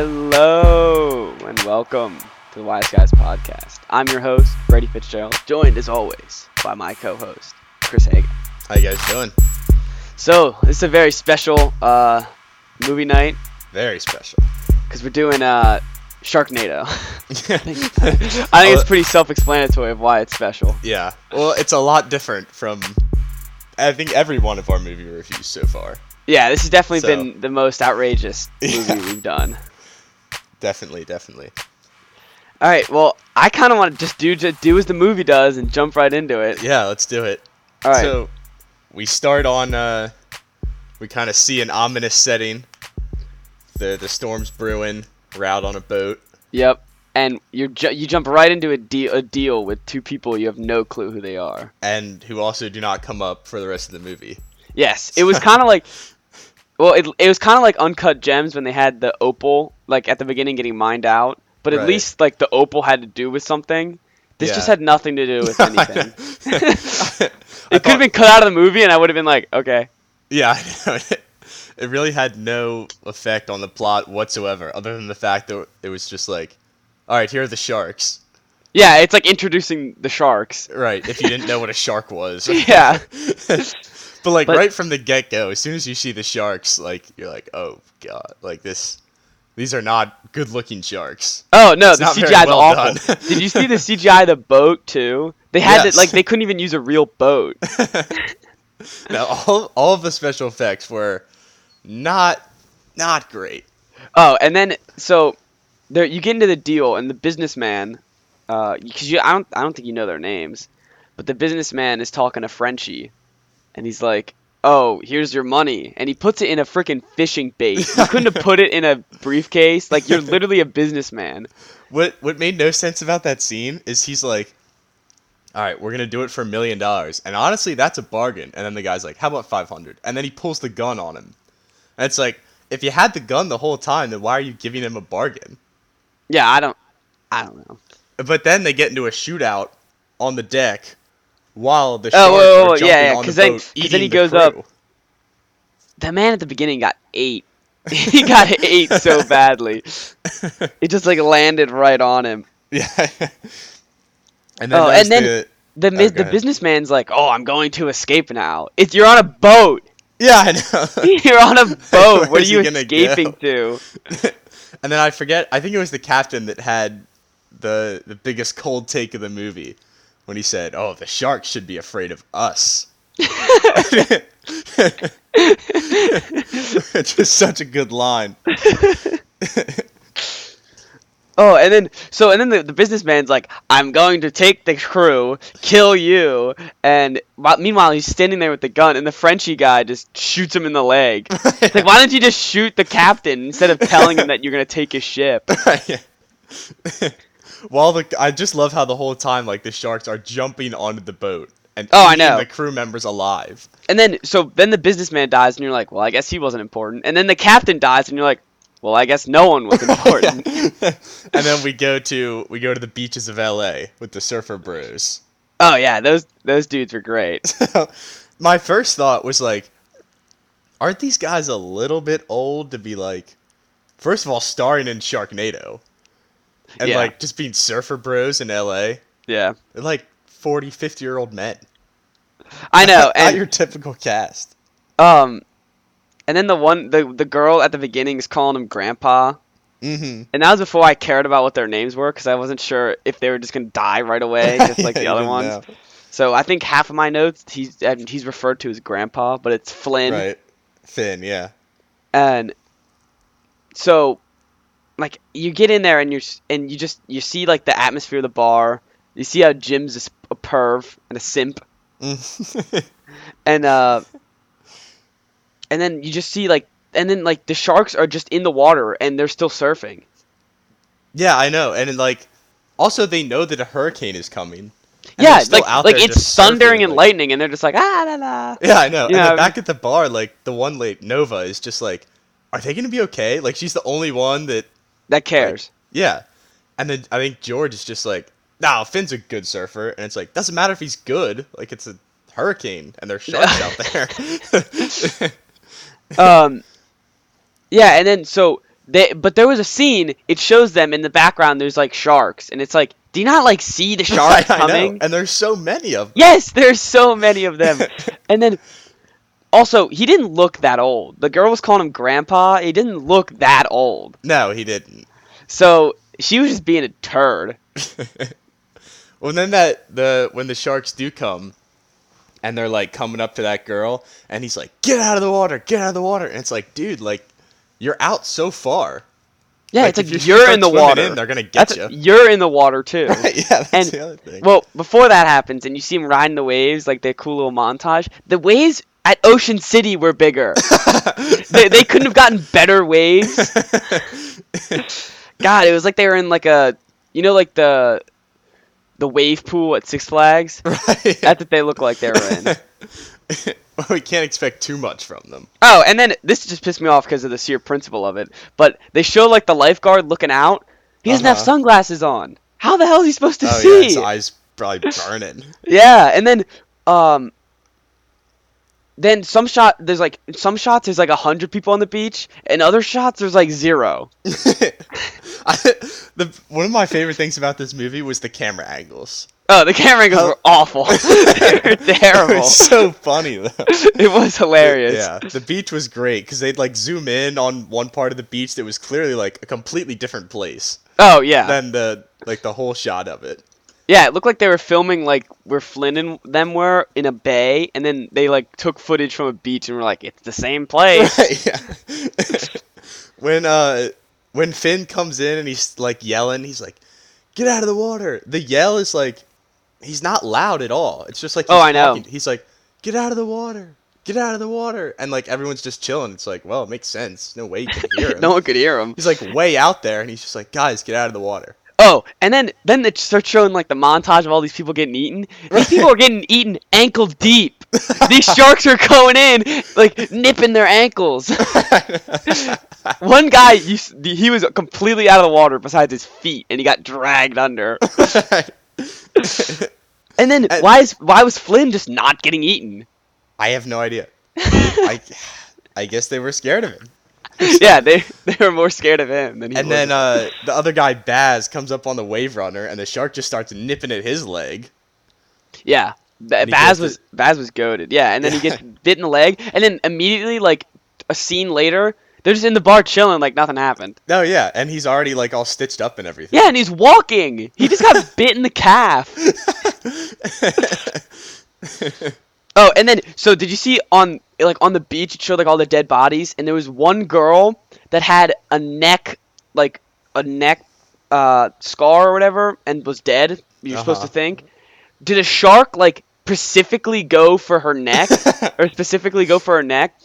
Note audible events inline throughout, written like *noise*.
Hello and welcome to the Wise Guys podcast. I'm your host, Brady Fitzgerald, joined as always by my co-host, Chris Hagan. How you guys doing? So this is a very special uh, movie night Very special. because we're doing uh, Sharknado. *laughs* I think Oh. it's pretty self-explanatory of why it's special. yeah. Well, it's a lot different from I think every one of our movie reviews so far. Yeah, this has definitely So- been the most *laughs* outrageous movie Yeah. we've done. Definitely, definitely. All right, well, I kind of want to just do just do as the movie does and jump right into it. Yeah, let's do it. All right, So we start on uh we kind of see an ominous setting. The the storm's brewing. We're out on a boat. yep. And you ju- you jump right into a deal a deal with two people you have no clue who they are. And who also do not come up for the rest of the movie. *laughs* Yes, it was kind of like, well, it it was kind of like uncut gems when they had the opal like at the beginning getting mined out. But at Right. least like the opal had to do with something. This just Yeah. had nothing to do *laughs* with anything. it it could have been cut out of the movie, and I would have been like, okay, Yeah, *laughs* I know. it really had no effect on the plot whatsoever, other than the fact that it was just like, all right, here are the sharks. yeah, it's like introducing the *laughs* sharks. Right, if you didn't know what a shark was. Yeah. but like But- right from the get go, as soon as you see the sharks, like you're like, oh god, like this, these are not good looking sharks. Oh no, It's the not very CGI is well awful. done. Did you see the CGI of the boat too? They had *laughs* Yes. it like they couldn't even use a real boat. Now all all of the special effects were not not great. Oh, and then so there you get into the deal and the businessman, because you I don't I don't think you know their names, but the businessman is talking to Frenchie, and he's like, "Oh, here's your money," and he puts it in a freaking fishing bait. You couldn't have put it in a briefcase. Like you're literally a businessman. What what made no sense about that scene is he's like, "All right, we're gonna do it for a million dollars," and honestly, that's a bargain. And then the guy's like, "How about 500? And then he pulls the gun on him, and it's like, if you had the gun the whole time, then why are you giving him a bargain? Yeah, I don't, I don't know. But then they get into a shootout on the deck while the Oh, sharks whoa, are whoa, whoa, yeah, jumping yeah, on 'cause the then- boat, 'cause then eating he the goes up. crew. The man at the beginning got eight. *laughs* he got eight so badly. It just like landed right on him. *laughs* yeah. *laughs* And then, Oh, there's and then- the, The mis- go the ahead. businessman's like, "Oh, I'm going to escape now. It's you're on a boat. *laughs* *laughs* yeah, I know. *laughs* You're on a boat. what are is he you gonna escaping to?" And then I forget. I think it was the captain that had the the biggest cold take of the movie when he said, "Oh, the sharks should be afraid of us." *laughs* Just such a good line. *laughs* Oh, and then so and then the, the businessman's like, "I'm going to take the crew, kill you." And whi- meanwhile, he's standing there with the gun, and the Frenchy guy just shoots him in the leg. *laughs* It's like, why don't you just shoot the captain instead of telling him that you're gonna take his ship? While the I just love how the whole time like the sharks are jumping onto the boat and Oh, I eating know. the crew members alive. And then so then the businessman dies, and you're like, "Well, I guess he wasn't important." And then the captain dies, and you're like, "Well, I guess no one *laughs* was important." and then we go to we go to the beaches of L.A. with the surfer bros. Oh yeah, those those dudes were *laughs* great. my first thought was like, aren't these guys a little bit old to be like, first of all, starring in Sharknado, and Yeah. like just being surfer bros in L.A. Yeah, They're like 40, 50 year old men. I *laughs* know. Not your And *laughs* typical cast. um, and then the one the the girl at the beginning is calling him grandpa, Mm-hmm. and that was before I cared about what their names were because I wasn't sure if they were just gonna die right *laughs* away, just like the other ones. So I think half of my notes he's uh, he's referred to as grandpa, but it's Flynn. Right. Finn, yeah. and so like you get in there and you're s- and you just you see like the atmosphere of the bar you see how jim's a, s- a perv and a *laughs* simp and uh and then you just see like and then like the sharks are just in the water and they're still surfing Yeah, I know. And like, also they know that a hurricane is coming. *laughs* and they're yeah still like out like there it's just thundering surfing, and like- lightning and they're just like ah la la Yeah, I know. You and know, then back at the bar, like the one late Nova is just like, "Are they gonna be okay?" Like she's the only one that, that cares yeah. And then I think George is just like, "Nah, Finn's a good surfer," and it's like, doesn't matter if he's good. Like it's a hurricane and there's *laughs* sharks out there. um yeah and then so They, but there was a scene. It shows them in the background. There's like sharks, and it's like, do you not like see the sharks *laughs* I know, coming? and there's so many of them. Yes, there's so many of *laughs* them. and then also, he didn't look that old. The girl was calling him grandpa. He didn't look that old. No, he didn't. So she was just being a turd. Well, then that the when the sharks do come, and they're like coming up to that girl, and he's like, "Get out of the water! Get out of the water!" And it's like, dude, like you're out so far. *laughs* Yeah, Like, it's like if you you're start in the swimming water. in, they're gonna get That's- you. You're in the water too. *laughs* yeah, that's And the other thing. *laughs* well, before that happens, and you see him riding the waves like their cool little montage. The waves at Ocean City were *laughs* bigger. they, they couldn't have gotten better waves. God, it was like they were in like a, you know, like the, the wave pool at Six Flags. right? That's what they look like they were in. we can't expect too much from *laughs* them. Oh, and then this just pissed me off because of the sheer principle of it. But they show like the lifeguard looking out. He doesn't have Uh-huh. sunglasses on. How the hell is he supposed to oh see? yeah, his eyes probably burning. Yeah, and then um then some shot there's like some shots there's like a hundred people on the beach, and other shots there's like zero. I, *laughs* the one of my favorite things about this movie was the camera angles. Oh, the camera angles were *laughs* awful. they were It terrible. was so funny though. It was hilarious. Yeah, the beach was great because they'd like zoom in on one part of the beach that was clearly like a completely different place Oh yeah. than the like the whole shot of it. yeah, it looked like they were filming like where Flynn and them were in a bay, and then they like took footage from a beach and were like, it's the same place. *laughs* yeah. when uh when Finn comes in and he's like yelling, he's like, "Get out of the water!" The yell is like, he's not loud at all. It's just like Oh, he's I know. talking. He's like, "Get out of the water! Get out of the water!" And like everyone's just chilling. It's like, well, it makes sense. No way you *laughs* can hear him. no one could hear them. He's like way out there, and he's just like, "Guys, get out of the water!" Oh, and then then they start showing like the montage of all these people getting eaten. These people are getting eaten ankle *laughs* deep. these sharks are going in, like nipping their *laughs* ankles. One guy, you, s- he was completely out of the water besides his feet, and he got dragged *laughs* under. And then And- why is why was Flynn just not getting *laughs* eaten? I have no idea. I, I guess they were scared of him. yeah, they they were more scared of him than he And was. then uh, the other guy, Baz, comes up on the wave runner, and the shark just starts nipping at his leg. Yeah. Ba- he Baz gets was Baz was goaded. Yeah, and then he *laughs* gets bit in the leg, and then immediately, like a scene later, they're just in the bar chilling, like nothing happened. Oh yeah, and he's already like all stitched up and everything. Yeah, and he's walking. He just got bit in the calf. oh, and then so did you see on like on the beach it showed like all the dead bodies, and there was one girl that had a neck like a neck uh, scar or whatever, and was dead. You're supposed to Uh-huh. think. Did a shark like specifically go for her neck, or specifically go for her neck?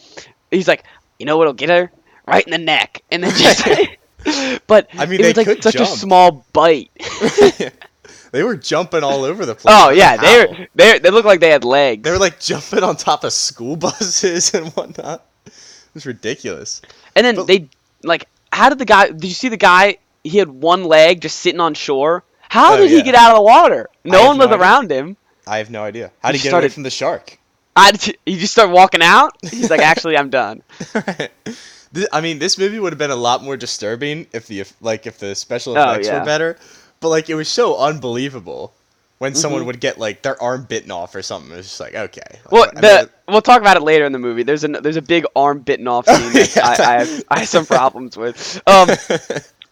He's like, you know what'll get her right in the neck, and then *laughs* just. But I mean, it they was like could such jump. a small bite. They were jumping all *laughs* over the place. Oh I don't yeah, know they how. were, they they look like they had legs. they were like jumping on top of school *laughs* buses and whatnot. It was ridiculous. and then but- they like how did the guy? Did you see the guy? He had one leg just sitting on shore. How Oh, did he yeah. get out of the water? No have one was no idea. around him. I have no idea how to just get away started- from the shark. *laughs* I d- he just started walking out. He's like, actually, I'm done. Th- I mean, this movie would have been a lot more disturbing if the if, like if the special Oh, effects yeah. were better. But like, it was so unbelievable when Mm-hmm. someone would get like their arm bitten off or something. It was just like, okay. Like, Well, I mean, the we'll talk about it later in the movie. There's a there's a big arm bitten *laughs* off scene that yeah. I, I have I have *laughs* some problems with. Um,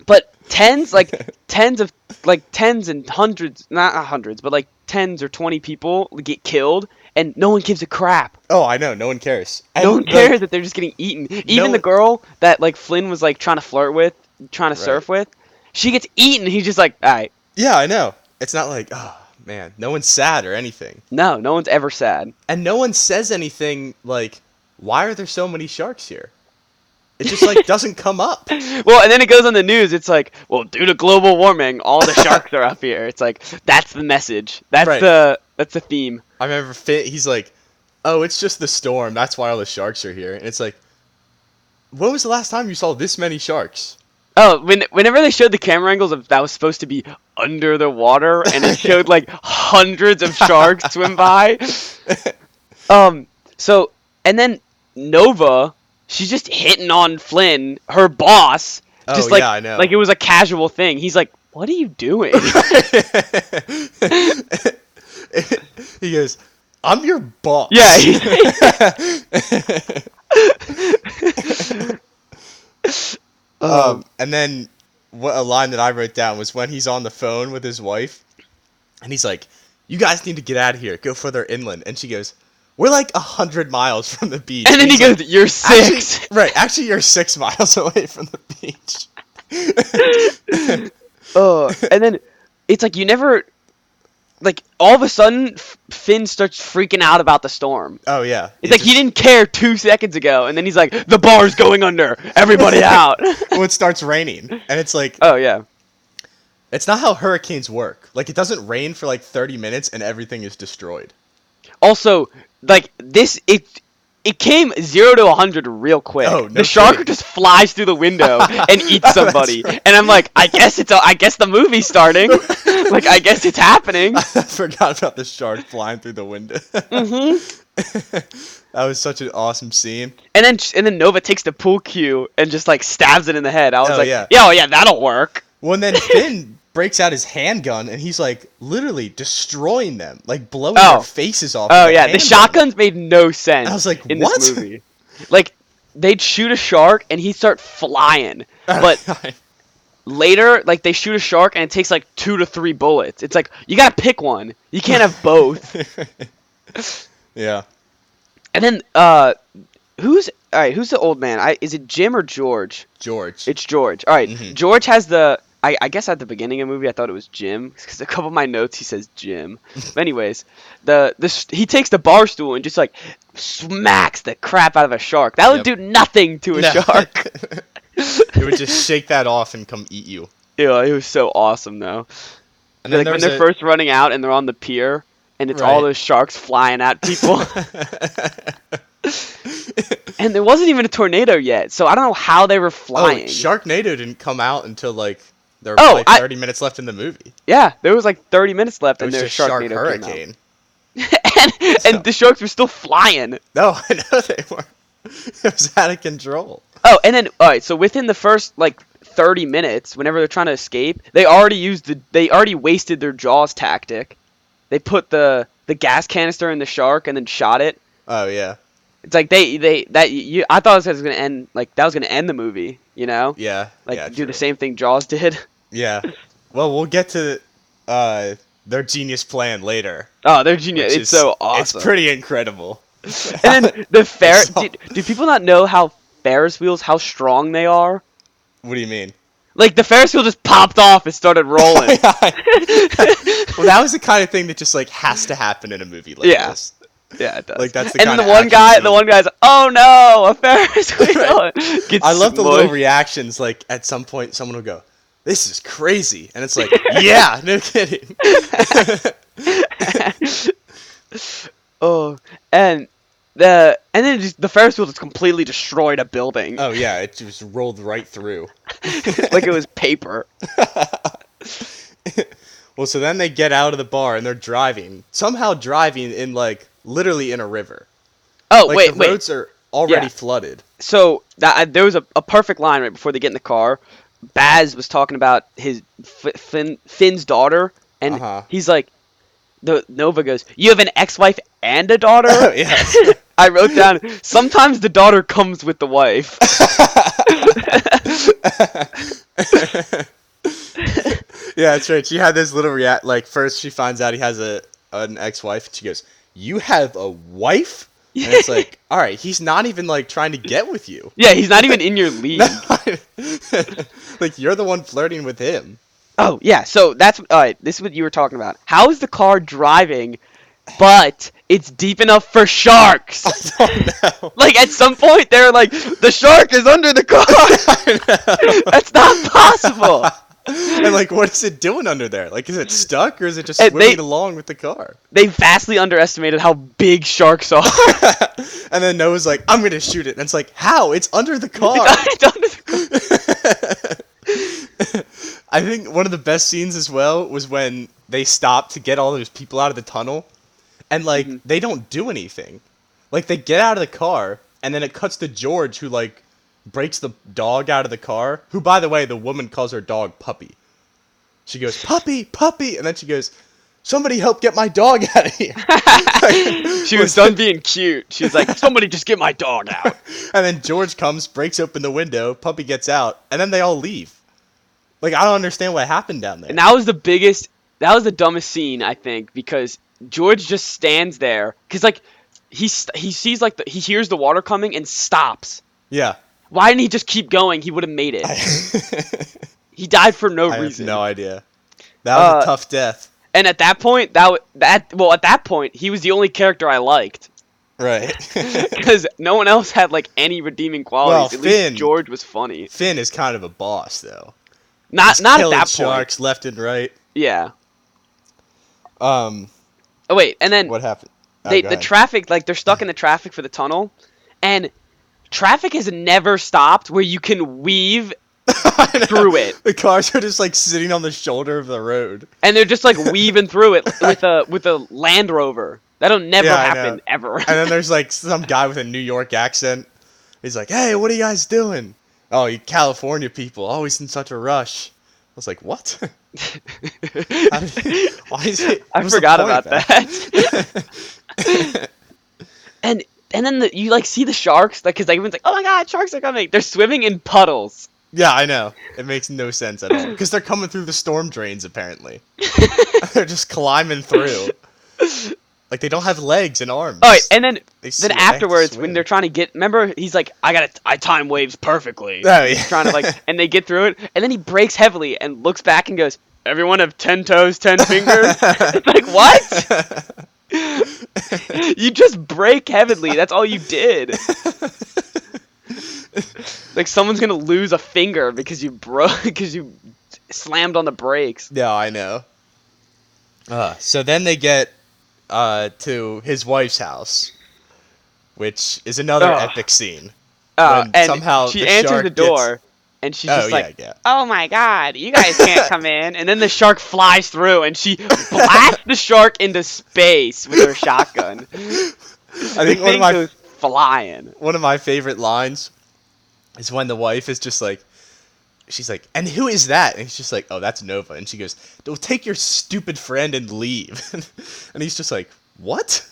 but tens *laughs* like tens of like tens and hundreds not hundreds but like tens or twenty people get killed and no one gives a crap. oh, I know. No one cares. And No one the- cares that they're just getting eaten. Even the one- girl that like Flynn was like trying to flirt with, trying to surf with, she gets eaten. He's just like, all right, yeah, I know. It's not like, oh man, no one's sad or anything, no, no one's ever sad. and no one says anything like, why are there so many sharks here? It *laughs* just like doesn't come up. Well, and then it goes on the news. It's like, well, due to global warming, all the sharks are up here. It's like that's the message. That's Right. the that's the theme. I remember Finn, he's like, "Oh, it's just the storm. That's why all the sharks are here." And it's like, when was the last time you saw this many sharks? Oh, when whenever they showed the camera angles of that was supposed to be under the water, and *laughs* it showed like hundreds of sharks swim by. Um. So and then Nova, she's just hitting on Flynn, her boss. Oh, just like yeah, I know. like it was a casual thing. He's like, "What are you *laughs* doing?" he goes, "I'm your boss." yeah, *laughs* he- Um, and then what a line that I wrote down was when he's on the phone with his wife, and he's like, "You guys need to get out of here. Go further inland." And she goes, "We're like a hundred miles from the beach." and then he he's like, goes, "You're "Actually- six. right. Actually, you're six miles *laughs* away from the beach. *laughs* Oh, and then it's like you never, like all of a sudden, F- Finn starts freaking out about the storm. Oh yeah. It's like he didn't care two seconds ago, and then he's like, "The bar's going under. *laughs* Everybody out." Well, it starts raining, and it's like oh yeah, it's not how hurricanes work. Like it doesn't rain for like thirty minutes, and everything is destroyed. *laughs* Also, like this, it it came zero to hundred real quick. Oh, no the shark kidding. just flies through the window *laughs* and eats That's somebody, right. and I'm like, I guess it's a, I guess the movie's *laughs* starting. like I guess it's happening. I forgot about the shark flying through the window. Mm-hmm. *laughs* that was such an awesome scene. And then and then Nova takes the pool cue and just like stabs it in the head. I was Oh, like, yeah. yeah. oh yeah, that'll work. *laughs* Well, and then Finn breaks out his handgun and he's like literally destroying them, like blowing Oh. their faces off. Oh with a yeah, the handgun. *laughs* shotguns made no sense. I was like, in "What?" this movie, like they'd shoot a shark and he'd start *laughs* flying, but later, like they shoot a shark and it takes like two to three bullets. It's like you gotta pick one. You can't *laughs* have both. yeah, and then uh, who's all right? Who's the old man? I is it Jim or George? George. It's George. All right, Mhm. George has the. I, I guess at the beginning of the movie, I thought it was Jim *laughs* because a couple of my notes he says Jim. but anyways, the this he takes the bar stool and just like smacks the crap out of a shark. That would Yep. do nothing to a *laughs* No. shark. *laughs* it would just shake that off and come eat you. Yeah, it was so awesome though. And then like when there they're was first running out and they're on the pier and it's all Right. those sharks flying at *laughs* people. *laughs* a- and there wasn't even a tornado yet, so I don't know how they were flying. oh, Sharknado didn't come out until like there were Oh, like I- thirty minutes left in the movie. yeah, there was like 30 minutes left It and was there's just Shark Sharknado came out. Hurricane. *laughs* *laughs* and, and the sharks were still flying. No, I know they were. *laughs* It was out of control. Oh, and then all right. So within the first like thirty minutes, whenever they're trying to escape, they already used the they already wasted their jaws tactic. They put the the gas canister in the shark and then shot it. Oh yeah, It's like they they that you I thought this was gonna end like that was gonna end the movie. You know, yeah. like yeah, do true. the same thing Jaws did. *laughs* Yeah. Well, we'll get to uh, their genius plan later. Oh, they're genius. which It's is- so awesome. It's pretty incredible. *laughs* and then *laughs* the Ferris. It's all- Do, do people not know how Ferris wheels how strong they are? What do *laughs* you mean? Like the Ferris wheel just popped off and *laughs* started rolling. well, that was the kind of thing that just like has to happen in a movie like Yeah. this. Yeah, it does. Like, that's the and then kinda the one action guy, the scene. one guy's, oh no, a Ferris *laughs* wheel. *laughs* Gets I love the little smushed. reactions. Like at some point, someone will go, "This is crazy," and it's like, *laughs* "Yeah, no kidding." oh, and the and then just, the Ferris wheel just completely destroyed a building, Oh yeah, it just rolled right through. *laughs* like it was *laughs* paper. Well, so then they get out of the bar and they're driving. Somehow driving in like literally in a river. Oh Like wait, the wait. roads are already Yeah. *laughs* flooded. *laughs* So that I, there was a, a perfect line right before they get in the car. Baz was talking about his F- Finn, Finn's daughter, and Uh-huh. he's like, the Nova goes, "You have an ex-wife and a daughter." *laughs* Oh yeah. I wrote down. Sometimes the daughter comes with the wife. *laughs* Yeah, that's right. She had this little react. Like first, she finds out he has a an ex wife, and she goes, "You have a wife?" And it's like, all right, he's not even like trying to get with you. Yeah, he's not even in your league. like you're the one flirting with him. oh yeah, so that's all right. This is what you were talking about. How is the car driving, but it's deep enough for sharks? Like at some point they're like, the shark is under the car. *laughs* that's not possible. and like, what is it doing under there? Like, is it stuck or is it just And swimming they- along with the car? They vastly underestimated how big sharks are. *laughs* And then Noah's like, "I'm gonna shoot it." And it's like, how? It's under the car. It's *laughs* under the car. I think one of the best scenes as well was when they stopped to get all those people out of the tunnel, and like Mm-hmm. they don't do anything. Like they get out of the car, and then it cuts to George, who like breaks the dog out of the car. Who, by the way, the woman calls her dog puppy. She goes puppy, puppy, and then she goes, "Somebody help get my dog *laughs* out of here." She was done being cute. She was like, somebody just get my dog out. And then George comes, breaks open the window, puppy gets out, and then they all leave. Like I don't understand what happened down there. And that was the biggest, that was the dumbest scene, I think, because George just stands there. Because, like, he, st- he sees, like, the, he hears the water coming and stops. yeah. Why didn't he just keep going? He would have made it. *laughs* he died for no I have reason. no idea. That was Uh, a tough death. and at that point, that, w- that, well, at that point, he was the only character I *laughs* liked. Right. Because no one else had, like, any redeeming qualities. at Finn- least George was funny. *laughs* Finn is kind of a boss though. Not, He's not at killing that point. sharks left and right. Yeah. Um, Oh, wait, and then. what happened? Oh, they go the ahead. traffic like they're stuck in the traffic for the tunnel and traffic has never stopped where you can *laughs* weave I know. through it. The cars are just like sitting on the shoulder of the road. and they're just like weaving through it with a with a land rover that'll never Yeah, I happen know. ever And then there's like some guy with a New York accent. He's like, "Hey, what are you guys doing?" Oh, you California people, always in such a rush. I was like, "What? *laughs* How did- Why is it?" *laughs* *laughs* i what's the forgot point, about man? that *laughs* and and then the, you like see the sharks like because like everyone's like oh my god sharks are coming they're swimming in puddles Yeah, I know. It makes no sense at all because they're coming through the storm drains. Apparently, they're just climbing through. Like they don't have legs and arms. all right and then They swim- then they have to afterwards when swim. they're trying to get remember he's like i gotta i time waves perfectly Oh, yeah. trying to *laughs* like, and they get through it, and then he breaks heavily and looks back and goes, "Everyone have ten toes, ten fingers." *laughs* it's like what? you just break heavily. That's all you did. like someone's gonna lose a finger because you *laughs* broke because you slammed on the brakes. No, I know. Uh, so then they get uh, to his wife's house, which is another Ugh. epic scene. Uh, When and somehow she the answers shark the gets- door, and she's oh just yeah, like. yeah. Oh my god, you guys *laughs* can't come in. And then the shark flies through and she blasts the shark into space with her *laughs* shotgun. I think one of my goes flying. one of my favorite lines is when the wife is just like, she's like, "And who is that?" And he's just like, "Oh, that's Nova." And she goes, "Well, take your stupid friend and leave." *laughs* and he's just like, "What?"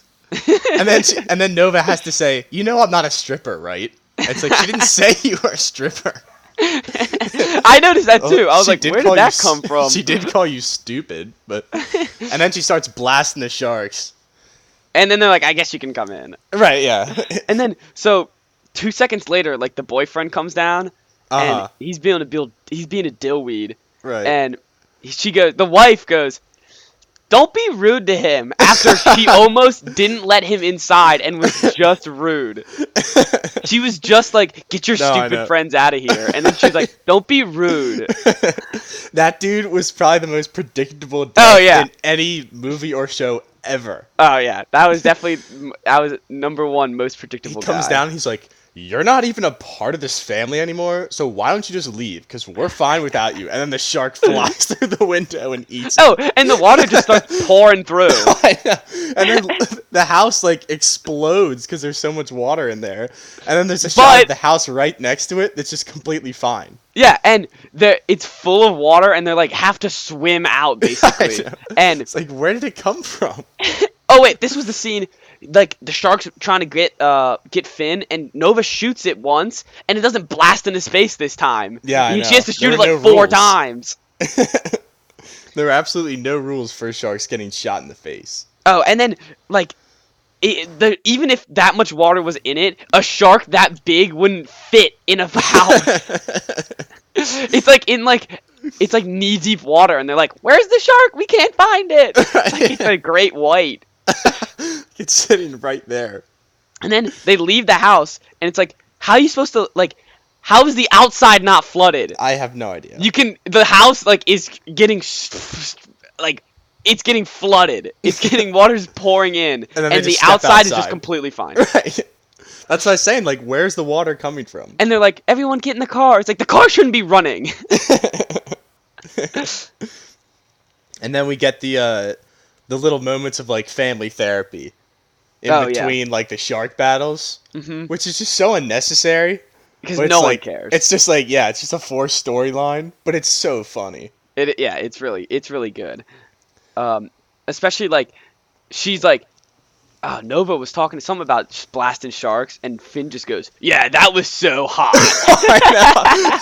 and then she, and then Nova has to say, "You know, I'm not a stripper, right?" And it's like *laughs* she didn't say you were a stripper. I noticed that too. I was Oh, She like, did where call did you that s- come from? *laughs* She did call you stupid, *laughs* but and then she starts blasting the sharks. And then they're like, I guess you can come in. Right? *laughs* Yeah. And then so two seconds later, like the boyfriend comes down Uh-huh. and he's being a build he's being a dillweed. right. And she goes the wife goes don't be rude to him after *laughs* she almost didn't let him inside and was just *laughs* rude. She was just like, get your No, I know. stupid friends out of here. And then she's like, don't be rude. that dude was probably the most predictable. Death Oh, yeah. In any movie or show ever, Oh, yeah. That was definitely, I was number one most he predictable comes guy. down. He's like, "You're not even a part of this family anymore. So why don't you just leave? Because we're fine without you." And then *laughs* the shark flies through the window and eats. him. *laughs* Oh, and the water just starts pouring through. I know. And then *laughs* the house like explodes because there's so much water in there. And then there's a shot But- of the house right next to it that's just completely fine. Yeah, and they're, it's full of water, and they're like have to swim *laughs* out basically. know. and It's like where did it come *laughs* from? oh wait, this was the scene like the sharks trying to get uh get Finn, and Nova shoots it once, and it doesn't blast in his face this time. Yeah, I he, know. she has to shoot There it were like no four rules. times. There are absolutely no rules for sharks getting shot in the face. Oh, and then like. It, the, even if that much water was in it, a shark that big wouldn't fit in a *laughs* house. it's like in like it's like knee deep water, and they're like, "Where's the shark? We can't find *laughs* it." Like, it's a great white. It's sitting right there. And then they leave the house, and it's like, how are you supposed to like? How is the outside not flooded? I have no idea. You can the house like is getting s- s- like it's getting flooded. *laughs* It's getting water's pouring in, then and, they the just step outside is outside. just completely fine. *laughs* Right. That's what I was saying. Like, where's the water coming from? And they're like, everyone get in the car. It's like the car shouldn't be running. *laughs* And then we get the uh, the little moments of like family therapy in Oh, yeah. between like the shark battles, mm-hmm. which is just so unnecessary. because But it's no like, one cares. It's just like yeah, it's just a forced storyline, but it's so funny. It yeah, it's really it's really good. Um, especially like she's like uh, Nova was talking to someone about sh- blasting sharks, and Finn just goes, "Yeah, that was so hot." *laughs* I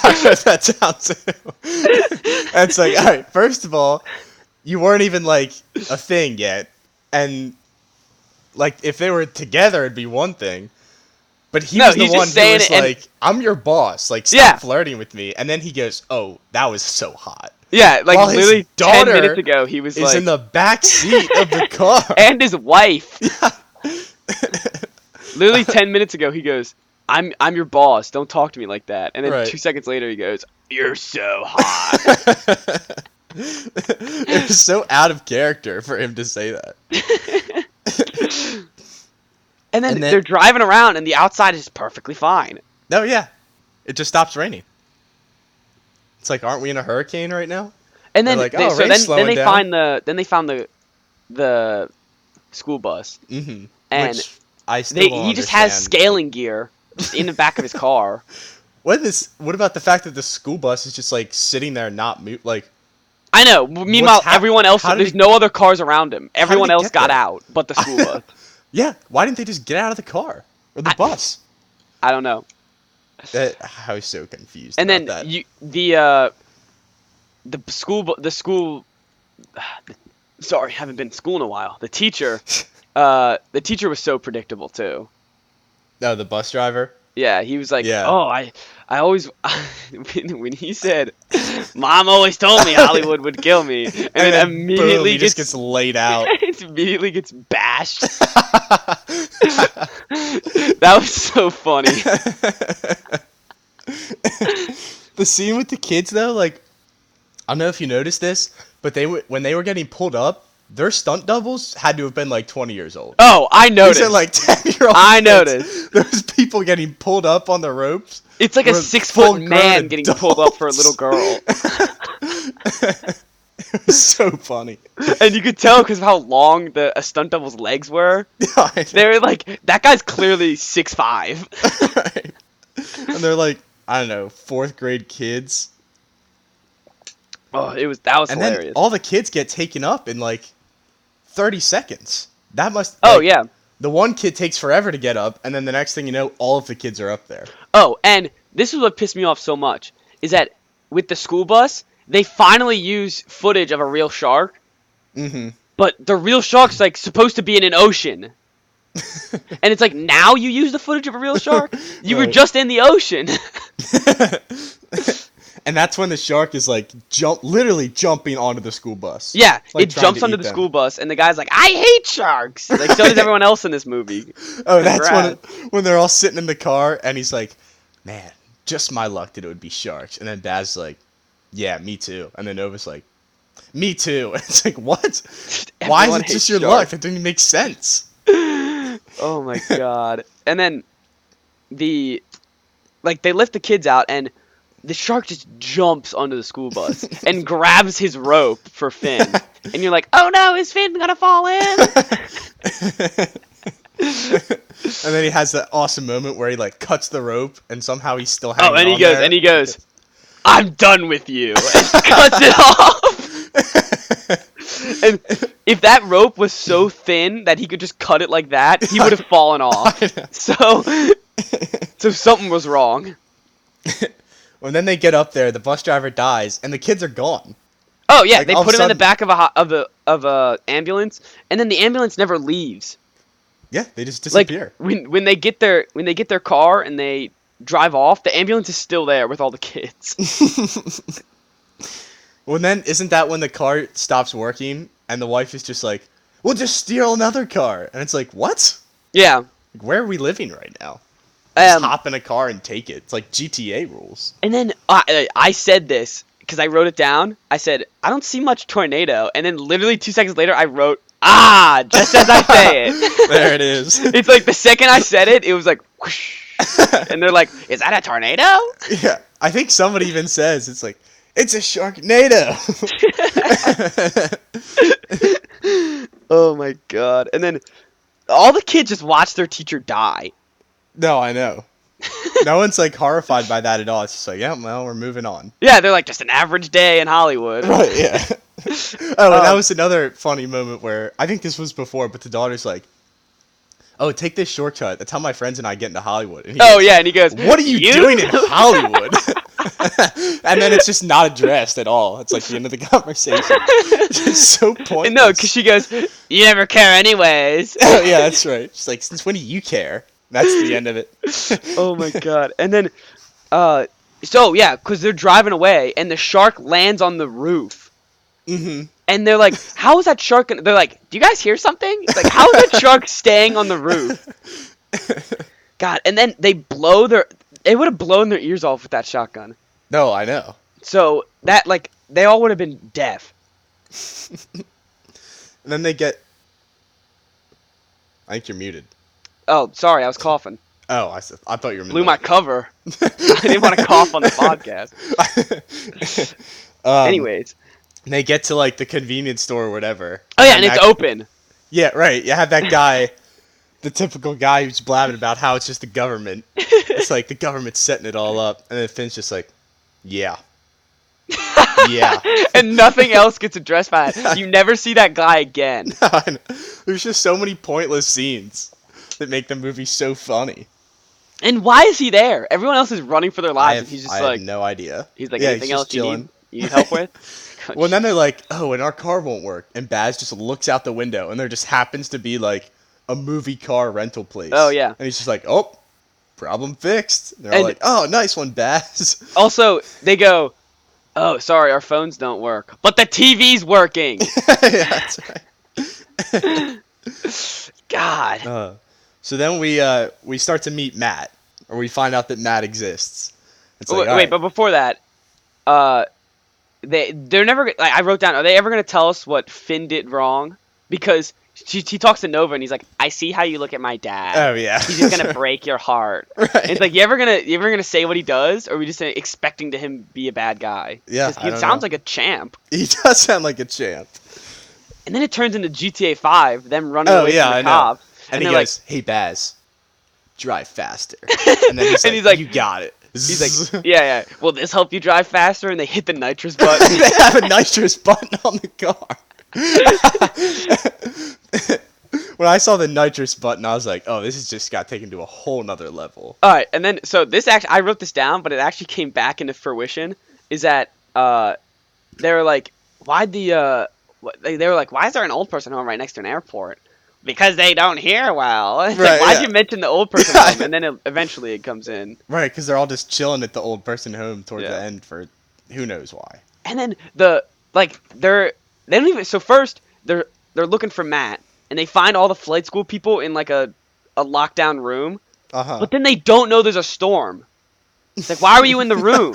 *laughs* know. I wrote that down too. and it's like, all right, first of all, you weren't even like a thing yet, and like if they were together, it'd be one thing. But he No, was the he's just one who saying was it and- like, "I'm your boss. Like, stop Yeah. flirting with me." And then he goes, "Oh, that was so hot." yeah, like While his literally ten daughter minutes ago, he was Is like, in the back seat *laughs* of the car. and his *laughs* wife. *laughs* literally ten minutes ago, he goes, "I'm I'm your boss. Don't talk to me like that." And then Right. two seconds later, he goes, "You're so hot." it was so out of character for him to say that. and, then And then- they're driving around, and the outside is perfectly fine. No, yeah. It just stops raining. It's like, aren't we in a hurricane right now? And then They're like, they, "Oh, so rain's then, slowing then they down." find the then they found the the school bus Mm-hmm. and Which I still they, don't he just has understand. scaling gear just in the back of his *laughs* car. What is? What about the fact that the school bus is just like sitting there, not move? Like, I know. Meanwhile, hap- everyone else how did there's he- no other cars around him. Everyone he else get got there? out, but the school *laughs* bus. yeah, why didn't they just get out of the car or the I- *laughs* bus? I don't know. That I was so confused. And about then that. you the uh the b- school bu- the school. *sighs* Sorry, haven't been to school in a while. The *laughs* teacher, uh, the teacher was so predictable too. no, the bus driver. Yeah, he was like, Yeah. "Oh, I, I always *laughs* when, when he said, "Mom always told me Hollywood would kill me," and, then, immediately boom, he gets, just gets *laughs* laid out. it's immediately gets *laughs* bashed. that was so *laughs* funny. the scene with the kids though, like I don't know if you noticed this, but they were when they were getting pulled up, their stunt doubles had to have been like 20 years old. Oh, I These noticed. are like 10 year old. I kids. There was people getting pulled up on the ropes. *laughs* it's like a we're six foot full-grown man getting pulled up for a little *laughs* girl, It was so funny. *laughs* and you could tell because of how long the a stunt double's legs were. I know. They were like, "That guy's clearly six *laughs* five. Right. *laughs* And they're like, I don't know, fourth grade kids. Oh, it was that was And hilarious. then all the kids get taken up in like 30 seconds. That must. oh like, yeah. The one kid takes forever to get up, and then the next thing you know, all of the kids are up there. Oh, and this is what pissed me off so much is that with the school bus, they finally use footage of a real shark. Mm-hmm. But the real shark's like supposed to be in an *laughs* ocean. and it's like now you use the footage of a real shark. You were Right. just in the ocean. *laughs* And that's when the shark is like jump, literally jumping onto the school bus. yeah, It's, like, it trying jumps to onto eat the them. school bus, and the guy's like, "I hate sharks." Like so does everyone else in this movie. *laughs* Oh, that's when Brad. when they're all sitting in the car, and he's like, "Man, just my luck that it would be sharks." And then Dad's like, "Yeah, me too." And then Nova's like, "Me too." *laughs* And it's *laughs* like, what? Why is Everyone it hates just your luck? sharks. That didn't make sense. Oh my god. And then the like they lift the kids out and the shark just jumps onto the school bus and grabs his rope for Finn. and you're like, "Oh no, is Finn going to fall in?" And then he has that awesome moment where he like cuts the rope, and somehow he's still hanging. oh, and he on goes there. and he goes, "I'm done with you." And *laughs* cuts it off. and if that rope was so thin that he could just cut it like that, he would have fallen off. So so something was wrong. When then they get up there, the bus driver dies, and the kids are gone. Oh yeah, Like, they all of put a him in the sudden- back of a ho- of a of a ambulance, and then the ambulance never leaves. Yeah, they just Like disappear. when when they get their when they get their car and they drive off, the ambulance is still there with all the *laughs* kids. well, then isn't that when the car stops working, and the wife is just like, "We'll just steal another car," and it's like, "What? yeah, Like, where are we living right now? Just um, hop in a car and take it. It's like GTA rules." and then I I I said this because I wrote it down. I said I don't see much tornado, and then literally two seconds later I wrote ah just as I say it. *laughs* *laughs* there it is. it's like the second I said it, it was like *laughs* whoosh, and they're like, is that a tornado? yeah, I think somebody even says it's like, "It's a Sharknado." *laughs* Oh my god! And then all the kids just watch their teacher die. *laughs* no, I know. no one's like horrified by that at all. It's just like, yeah, well, we're moving on. Yeah, they're like just an average day in Hollywood. *laughs* Right, yeah. *laughs* oh, and that was another funny moment where I think this was before, but the daughter's like, "Oh, take this shortcut. That's how my friends and I get into Hollywood." And he Oh goes, yeah, and he goes, What are you, *laughs* doing in Hollywood? *laughs* and then it's just not addressed at all. It's like the end of the *laughs* conversation. it's so pointless. And no, *laughs* because she goes, "You never care, anyways." Oh, yeah, that's right. She's like, "Since when do you care?" That's the end of it. oh my god! And then, uh, so yeah, because they're driving away, and the shark lands on the roof. hmm And they're like, "How is that shark?" Gonna? They're like, "Do you guys hear something?" It's like, "How is that shark staying on the *laughs* roof?" God, and then they blow their. They would have blown their ears off with that shotgun. No, I know. So that like they all would have been deaf. And then they get. I think you're muted. Oh, sorry, I was coughing. Oh, I, s- I thought you were Blew my cover. *laughs* I didn't want to cough on the podcast. *laughs* Um, Anyways. and they get to like the convenience store or whatever. Oh yeah, and that- it's open. Yeah, right. You have that guy, the typical guy who's blabbing about how it's just the government. It's like the government's setting it all up, and then Finn's just like, yeah, *laughs* yeah. *laughs* and nothing else gets addressed by it. You never see that guy again. There's just so many pointless scenes that make the movie so funny. And why is he there? Everyone else is running for their I lives, have, and he's I just have like, no idea. he's like, Yeah, anything just else you chilling. need, you need help with? *laughs* Well, and then they're like, oh, and our car won't work. And Baz just looks out the window, and there just happens to be like a movie car rental place. Oh, yeah. And he's just like, oh, problem fixed. And they're all And- like, oh, nice one, Baz. *laughs* *laughs* also, they go, oh, sorry, our phones don't work, but the TV's *laughs* working. yeah, that's right. God. Uh, so then we uh, we start to meet Matt, or we find out that Matt exists. It's wait, like, all wait, right. but before that, uh, they they're never. g- Like, I wrote down. Are they ever gonna tell us what Finn did wrong? Because she she talks to Nova and he's like, I see how you look at my dad. oh yeah, He's just gonna break your heart. *laughs* Right. It's like you ever gonna you ever gonna say what he does, or are we just uh, expecting to him be a bad guy? Yeah, 'Cause I he don't sounds know. like a champ. *laughs* he does sound like a champ. And then it turns into GTA Five, them running Oh away yeah, from the I know. cop, And, he they're goes, hey Baz, *laughs* drive faster. And then he's, And like, he's like- you got it. *laughs* He's like, yeah, yeah. Will this help you drive faster? And they hit the nitrous button. *laughs* they have a nitrous button on the car. *laughs* when I saw the nitrous button, I was like, oh, this has just got taken to a whole nother level. All right, and then so this actually I wrote this down, but it actually came back into fruition. Is that uh, they were like, why the uh, what, they, they were like, why is there an old person home right next to an airport? Because they don't hear well. *laughs* It's like, Right, why'd yeah. you mention the old person *laughs* home? And then it, eventually it comes in. Right, because they're all just chilling at the old person home toward Yeah. the end for who knows why. And then the like they're they don't even so first they're they're looking for Matt and they find all the flight school people in like a a lockdown room, Uh huh. but then they don't know there's a storm. It's like why were you in the *laughs* room?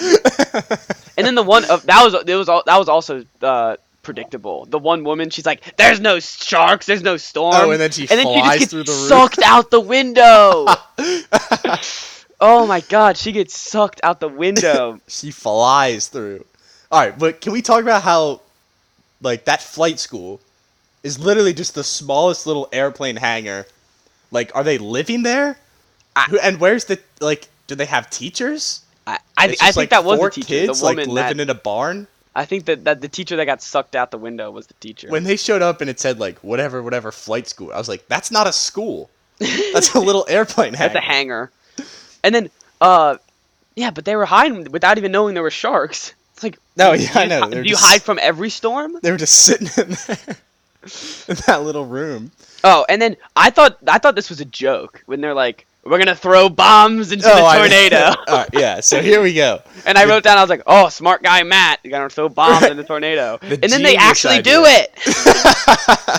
and then the one of that was it was all that was also uh, predictable. The one woman she's like there's no sharks, there's no storm. Oh, and then she flies just gets through the roof. sucked out the *laughs* window. oh my god, she gets sucked out the *laughs* window. She flies through. All right, but can we talk about how, like, that flight school is literally just the smallest little airplane hangar? Like, are they living there? I- Who and where's the like? Do they have teachers? I, I, It's I just, think like, that was four the teacher. kids the woman like that- living in a barn. I think that, that the teacher that got sucked out the window was the teacher. When they showed up and it said like whatever, whatever flight school, I was like, that's not *laughs* a school. That's a little airplane That's hangar. a hanger. And then, uh, yeah, but they were hiding without even knowing there were sharks. It's like, No, do yeah, I you know, hi- they're Do you just- hide from every storm? they were just sitting in there *laughs* in that little room. Oh, and then I thought I thought this was a joke when they're like, "We're gonna throw bombs into the Oh, I- *laughs* tornado," All right, yeah. So here we go. and I wrote down, I was like, "Oh, smart guy Matt, you're gonna throw bombs in the *laughs* tornado," and then they genius actually do idea. it.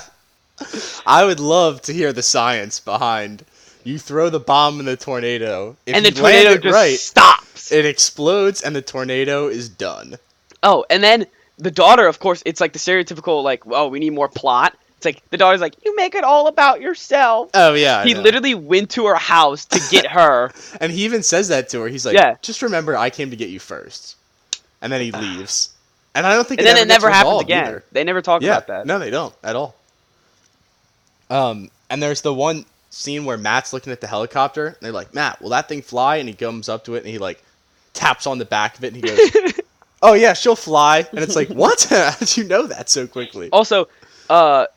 I would love to hear the science behind you throw the bomb in the tornado. If and you the tornado land it just right, stops. it explodes and the tornado is done. Oh, and then the daughter, of course, it's like the stereotypical like, oh, we need more plot. It's like the daughter's like, you make it all about yourself. Oh yeah. I he know. literally went to her house to *laughs* get her. and he even says that to her. He's like, Yeah. just remember I came to get you first. *sighs* And then he leaves. And I don't think and then it gets never happens resolved again. either. They never talk Yeah. about that. No, they don't at all. Um and there's the one scene where Matt's looking at the helicopter and they're like, Matt, will that thing fly? And he comes up to it and he like taps on the back of it and *laughs* he goes, Oh yeah, she'll fly. And it's like, What? *laughs* How did you know that so quickly? Also, uh,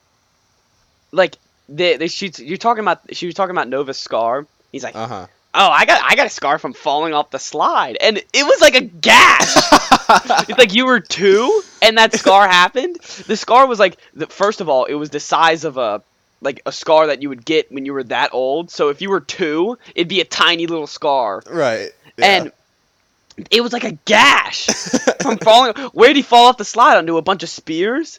like they they she's you're talking about she was talking about Nova's scar. He's like, Uh huh. oh, I got I got a scar from falling off the slide, and it was like a *laughs* gash. it's like you were two, and that scar happened. The scar was like, the, first of all, it was the size of a like a scar that you would get when you were that old. So if you were two, it'd be a tiny little scar, Right. and it was like a *laughs* gash from falling. Where did he fall off the slide onto a bunch of spears?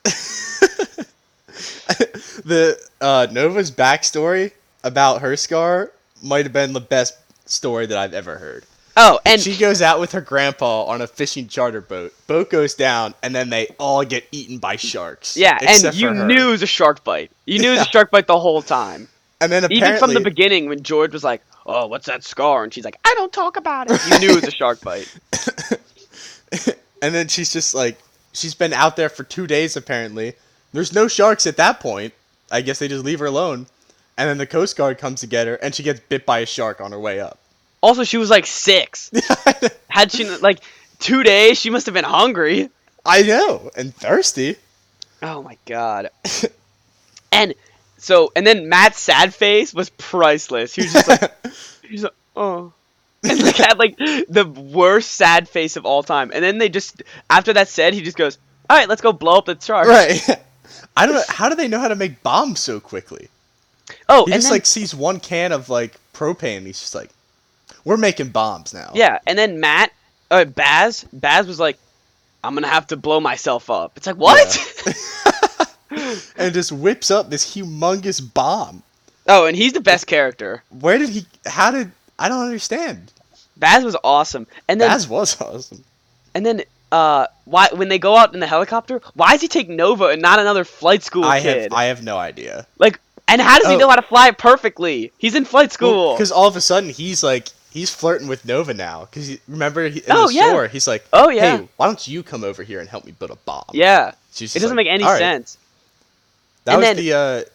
the uh, Nova's backstory about her scar might have been the best story that I've ever heard. Oh, and she goes out with her grandpa on a fishing charter boat. Boat goes down, and then they all get eaten by sharks. yeah, and except you for her. knew it was a shark bite. You knew it was a Yeah. shark bite the whole time. And then apparently, Even from the beginning, when George was like, "Oh, what's that scar?" and she's like, "I don't talk about it." You knew it *laughs* was a shark bite. and then she's just like, she's been out there for two days. Apparently, there's no sharks at that point. I guess they just leave her alone. And then the Coast Guard comes to get her, and she gets bit by a shark on her way up. Also, she was like *laughs* six. Had she like two days, she must have been hungry. I know, and thirsty. Oh my god. *laughs* and so, and then Matt's sad face was priceless. He was just *laughs* like, he was like oh. And like had like the worst sad face of all time. And then they just after that said, he just goes, "All right, let's go blow up the shark." Right. *laughs* I don't know. How do they know how to make bombs so quickly? Oh, He and just then- like sees one can of like propane. And he's just like, we're making bombs now. Yeah, and then Matt, uh, Baz, Baz was like, "I'm gonna have to blow myself up." It's like what? And just whips up this humongous bomb. *laughs* oh, and he's the best character. Where did he? How did? I don't understand. Baz was awesome, and then Baz was awesome. and then uh, why when they go out in the helicopter, why does he take Nova and not another flight school I kid? have I have no idea. like, and how does he Oh. know how to fly it perfectly? He's in flight school. Because all of a sudden he's like he's flirting with Nova now. Because remember he, in Oh, the yeah. store he's like, Oh, yeah. hey, why don't you come over here and help me build a bomb? yeah, She's it just doesn't like, make any "All right." sense. That And was then- the. uh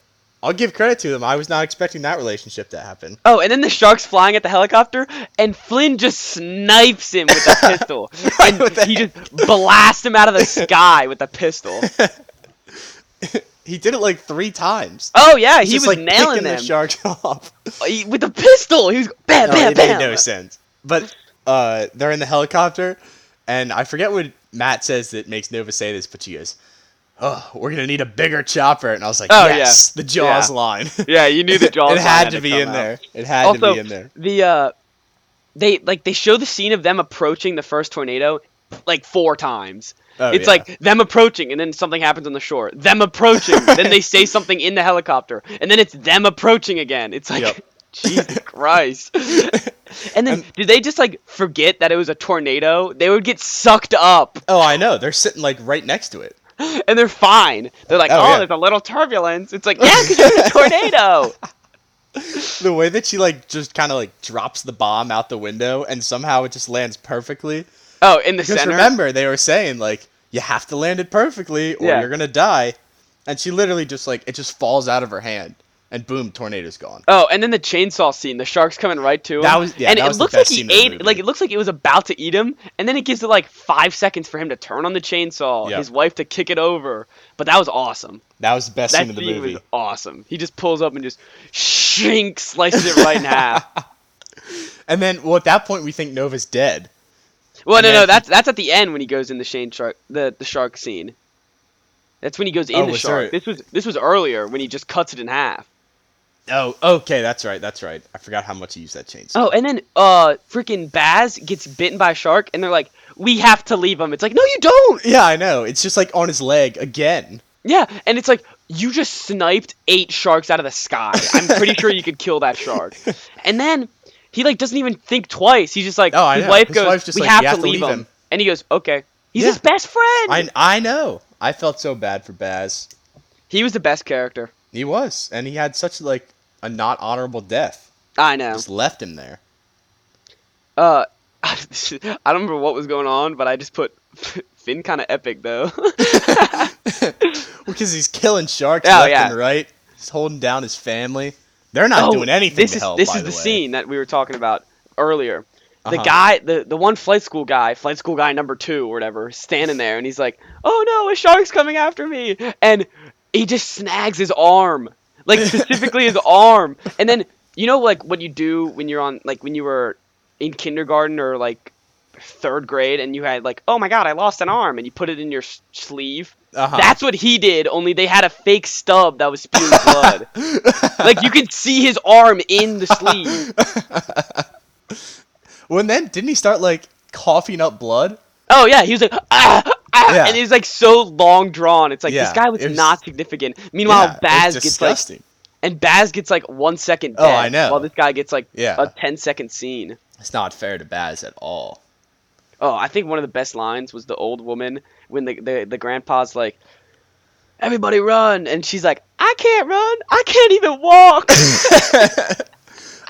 I'll give credit to them. I was not expecting that relationship to happen. Oh, and then the shark's flying at the helicopter, and Flynn just snipes him with a *laughs* pistol, and What the he just blasts him out *laughs* of the sky with a pistol. He did it like three times. Oh yeah, he Just, was like nailing picking them the sharks *laughs* off. He- with a pistol. He was bam, No, bam, it made bam. no sense. But uh, they're in the helicopter, and I forget what Matt says that makes Nova say this, but she goes, "Oh, we're gonna need a bigger chopper," and I was like, Oh, "Yes, the Jaws Yeah. line." Yeah, you *laughs* knew the jaw. *laughs* it had to be in there. It had Also, to be in there. the uh, they like they show the scene of them approaching the first tornado, like four times. Oh, it's yeah. like them approaching, and then something happens on the shore. Them *laughs* approaching, then they say something in the helicopter, and then it's them approaching again. It's like, Yep. *laughs* Jesus *laughs* Christ! and then And- did they just like forget that it was a tornado? They would get sucked up. Oh, I know. They're sitting like right next to it. and they're fine. They're like, oh, Oh, yeah. there's a little turbulence. It's like, yeah, 'cause you're in a *laughs* tornado. The way that she like just kind of like drops the bomb out the window, and somehow it just lands perfectly. Oh, in the Because center. remember, they were saying like you have to land it perfectly or Yeah. you're gonna die, and she literally just like it just falls out of her hand, and boom, tornado's gone. oh, and then the chainsaw scene. The shark's coming right to him. That was- yeah, and that it was the looks best like scene he of the ate. movie. Like it looks like it was about to eat him, and then it gives it like five seconds for him to turn on the chainsaw. Yeah. His wife to kick it over. But that was awesome. That was the best That scene of the scene movie. was awesome. He just pulls up and just shink slices it *laughs* right in half. And then well, at that point we think Nova's dead. Well, And no, then no, he- that's that's at the end when he goes in the Shane shark, the the shark scene. That's when he goes in Oh, the was shark. there- This was this was earlier when he just cuts it in half. Oh, okay, that's right, that's right. I forgot how much he used that chainsaw. Oh, and then uh, freaking Baz gets bitten by a shark, and they're like, "We have to leave him." It's like, no, you don't. Yeah, I know. It's just like on his leg again. Yeah, and it's like you just sniped eight sharks out of the sky. I'm pretty sure you could kill that *laughs* shark. And then he like doesn't even think twice. He's just like, Oh, I his know. wife His goes, wife's just "We like, have, "You to leave him. and he goes, "Okay." He's Yeah. his best friend. I I know. I felt so bad for Baz. He was the best character. He was, and he had such like a not honorable death. I know. Just left him there. Uh, *laughs* I don't remember what was going on, but I just put *laughs* Finn kind of epic though. *laughs* Because he's killing sharks Oh, left yeah. and right. He's holding down his family. They're not Oh, doing anything This to is help. this by is the way. scene that we were talking about earlier. The Uh-huh. guy, the the one flight school guy, flight school guy number two or whatever, is standing there and he's like, "Oh no, a shark's coming after me!" And he just snags his arm, like specifically *laughs* his arm. And then you know, like what you do when you're on, like when you were in kindergarten or like third grade, and you had like, "Oh my god, I lost an arm," and you put it in your s- sleeve. Uh-huh. That's what he did. Only they had a fake stub that was *laughs* spewing blood. like you could see his arm in the sleeve. Well, and then didn't he start like coughing up blood? Oh yeah, he was like ah, ah, Yeah. and it was like so long drawn. It's like Yeah, this guy was, it was- not significant. Meanwhile, Yeah, Baz it's gets like disgusting. and Baz gets like one second Oh, dead, I know. while this guy gets like Yeah. a 10 second scene. It's not fair to Baz at all. Oh, I think one of the best lines was the old woman when the the, the grandpa's like, "Everybody run!" and she's like, "I can't run. I can't even walk." *coughs*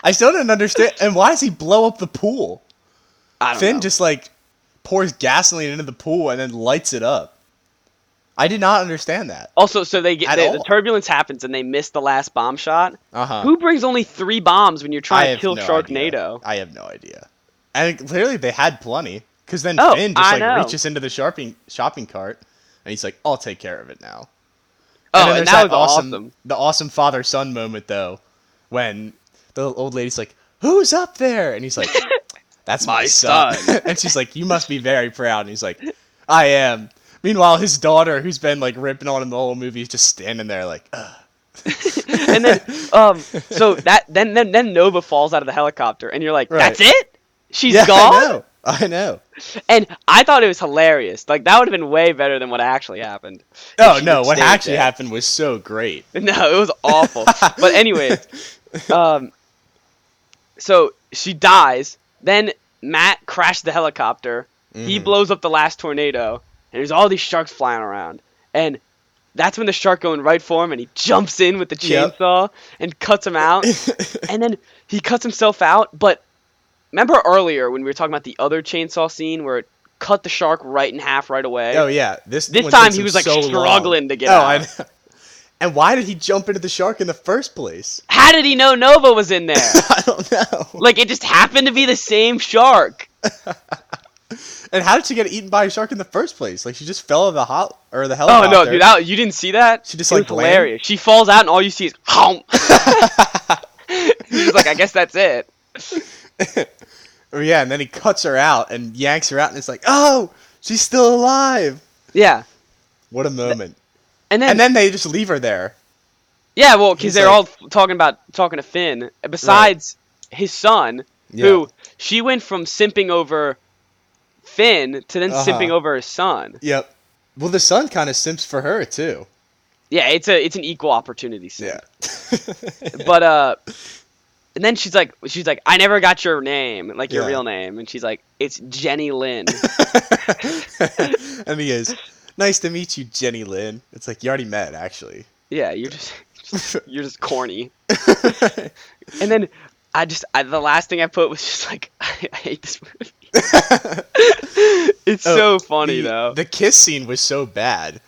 I still didn't understand. And why does he blow up the pool? I don't Finn know. just like pours gasoline into the pool and then lights it up. I did not understand that. Also, so they get At they, all. the turbulence happens and they miss the last bomb shot. Uh huh. Who brings only three bombs when you're I trying have to kill no Sharknado? Oh, idea. I have no idea. And clearly they had plenty, because then Oh, Finn just I like know. reaches into the shopping shopping cart, and he's like, "I'll take care of it now." Oh, then and, there's that was awesome. awesome, The awesome father son moment though, when the old lady's like, "Who's up there?" And *laughs* he's like, "That's my, My son." son. *laughs* and she's like, "You must be very proud." And he's like, "I am." Meanwhile, his daughter, who's been like ripping on him the whole movie, is just standing there like, Ugh. and *laughs* then, um, so that then then then Nova falls out of the helicopter, and you're like, Right. that's it. She's "Yeah, I gone. know, I know." and I thought it was hilarious. Like that would have been way better than what actually happened. if Oh she no, had what stayed actually there. happened was so great. *laughs* No, it was awful. but *laughs* anyway, um, so she dies. Then Matt crashed the helicopter. He Mm-hmm. blows up the last tornado, and there's all these sharks flying around. And that's when the shark going right for him, and he jumps in with the Yep. chainsaw and cuts him *laughs* out. and then he cuts himself out. But remember earlier when we were talking about the other chainsaw scene where it cut the shark right in half right away? Oh yeah, this This one time takes he him was, like, so long. struggling to get Oh, out. I know. *laughs* And why did he jump into the shark in the first place? *laughs* How did he know Nova was in there? I don't know. Like it just happened to be the same shark. And how did she get eaten by a shark in the first place? Like she just fell out of the hot or the Oh helicopter. no, dude! That, you didn't see that? She just, It like, was land? hilarious. She falls out and all you see is *laughs* honk. *laughs* He's like, I guess that's it. Or, Oh, yeah, and then he cuts her out and yanks her out, and it's like, oh, she's still alive. Yeah, What a moment! and then, And then they just leave her there. yeah, well, because he's they're like- all talking about talking to Finn. Besides his son, Yeah. who she went from simping over Finn to then Uh-huh. simping over his son. Yep. Well, the son kind of simps for her too. Yeah, it's a it's an equal opportunity. Sim. but uh and then she's like she's like i never got your name like your Yeah. real name and she's like it's jenny *laughs* lynn *laughs* and he goes, "Nice to meet you, Jenny Lynn." It's like you already met, actually. yeah you're just, you're just *laughs* *laughs* corny and then i just I, the last thing i put was just like *laughs* i, I hate this *laughs* movie *laughs* it's so funny Oh, the, though The kiss scene was so bad.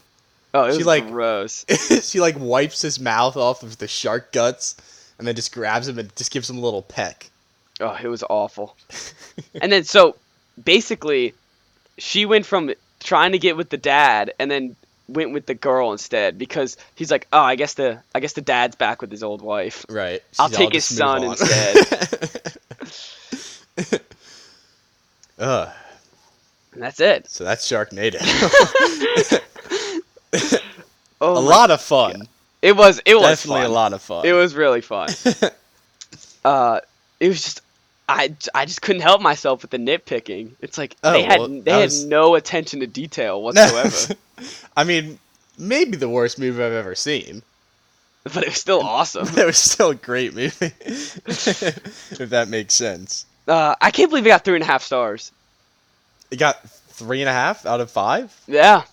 oh it was she, like- gross *laughs* she like wipes his mouth off of the shark guts and then just grabs him and just gives him a little peck. oh it was *laughs* awful and then so basically she went from trying to get with the dad and then went with the girl instead because he's like oh i guess the i guess the dad's back with his old wife Right. I'll take his son instead. *laughs* Ugh, And that's it. so that's Sharknado. *laughs* Oh, a lot of fun. It was. It was Definitely fun. a lot of fun. It *laughs* was really fun. uh, it was just. I, I just couldn't help myself with the nitpicking. It's like Oh, they had well, they that had was- no attention to detail No. *laughs* whatsoever, I mean, maybe the worst movie I've ever seen. *laughs* but it was still awesome. But it was still a great movie. *laughs* if that makes sense. Uh, I can't believe it got three and a half stars. It got three and a half out of five? Yeah,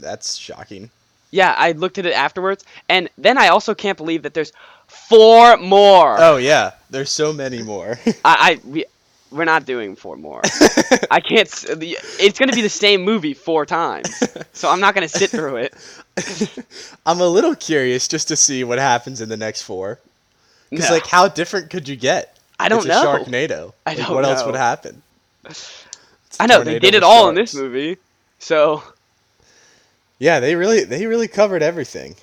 That's shocking. yeah. I looked at it afterwards, and then I also can't believe that there's four more. Oh yeah, there's so many more. *laughs* I, I we, we're not doing four more. I can't. s- the- It's gonna be the same movie four times, so I'm not gonna *laughs* sit through it. I'm a little curious just to see what happens in the next four. Because No. like, how different could you get? I don't it's a know. Sharknado. I Like, don't what else know. would happen? It's a I know they tornado did it with all in this sharks. movie. So Yeah, they really they really covered everything.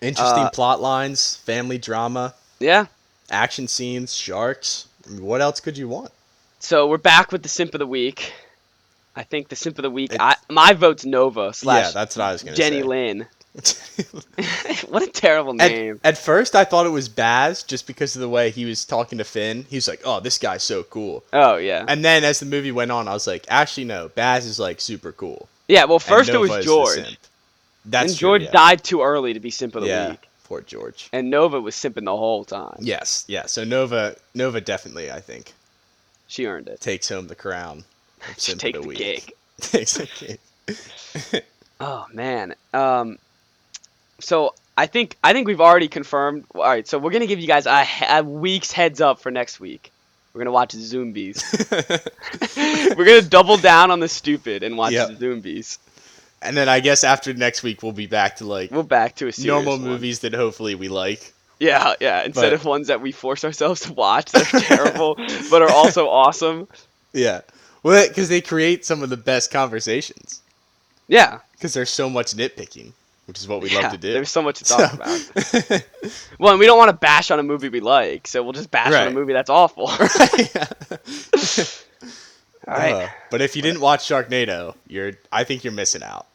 Interesting Uh, plot lines, family drama, yeah, action scenes, sharks. I mean, what else could you want? so we're back with the simp of the week. I think the simp of the week. It's- I, my vote's Nova yeah, slash that's what I was gonna Jenny say. Lynn. *laughs* Lynn. what a terrible name. *laughs* at, at first, I thought it was Baz just because of the way he was talking to Finn. He was like, "Oh, this guy's so cool." oh yeah, And then as the movie went on, I was like, "Actually, no, Baz is like super cool." yeah. Well, and first it Nova was is the George, simp. That's and true, George yeah. died too early to be simp of the Yeah, week, poor George. and Nova was simping the whole time. Yes, yeah. So Nova, Nova definitely, I think, She earned it. takes home *laughs* the crown. of She simp of takes the week. cake. *laughs* takes the cake. Oh man. Um, so I think I think we've already confirmed. All right, so we're gonna give you guys a, he- a week's heads up for next week. We're gonna watch *laughs* Zombies. *laughs* we're gonna double down on the stupid and watch Yep. Zombies. and then I guess after next week, we'll be back to like We're back to a serious normal one. movies that hopefully we like. Yeah, yeah. Instead But- of ones that we force ourselves to watch, they're terrible *laughs* but are also awesome. Yeah. Well, because they create some of the best conversations. Yeah, Because there's so much nitpicking, which is what we yeah, love to do. There's so much to So- talk about. *laughs* *laughs* Well, and we don't want to bash on a movie we like, so we'll just bash on a Right. movie that's awful. *laughs* All *laughs* Yeah. right. Uh, but if you didn't watch Sharknado, you're I think you're missing out.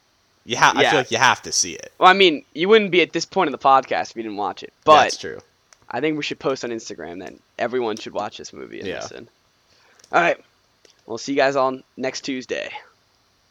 You ha- I Yeah. feel like you have to see it. Well, I mean, you wouldn't be at this point in the podcast if you didn't watch it. That's But true. I think we should post on Instagram that everyone should watch this movie and Yeah. listen. All right. We'll see you guys on next Tuesday.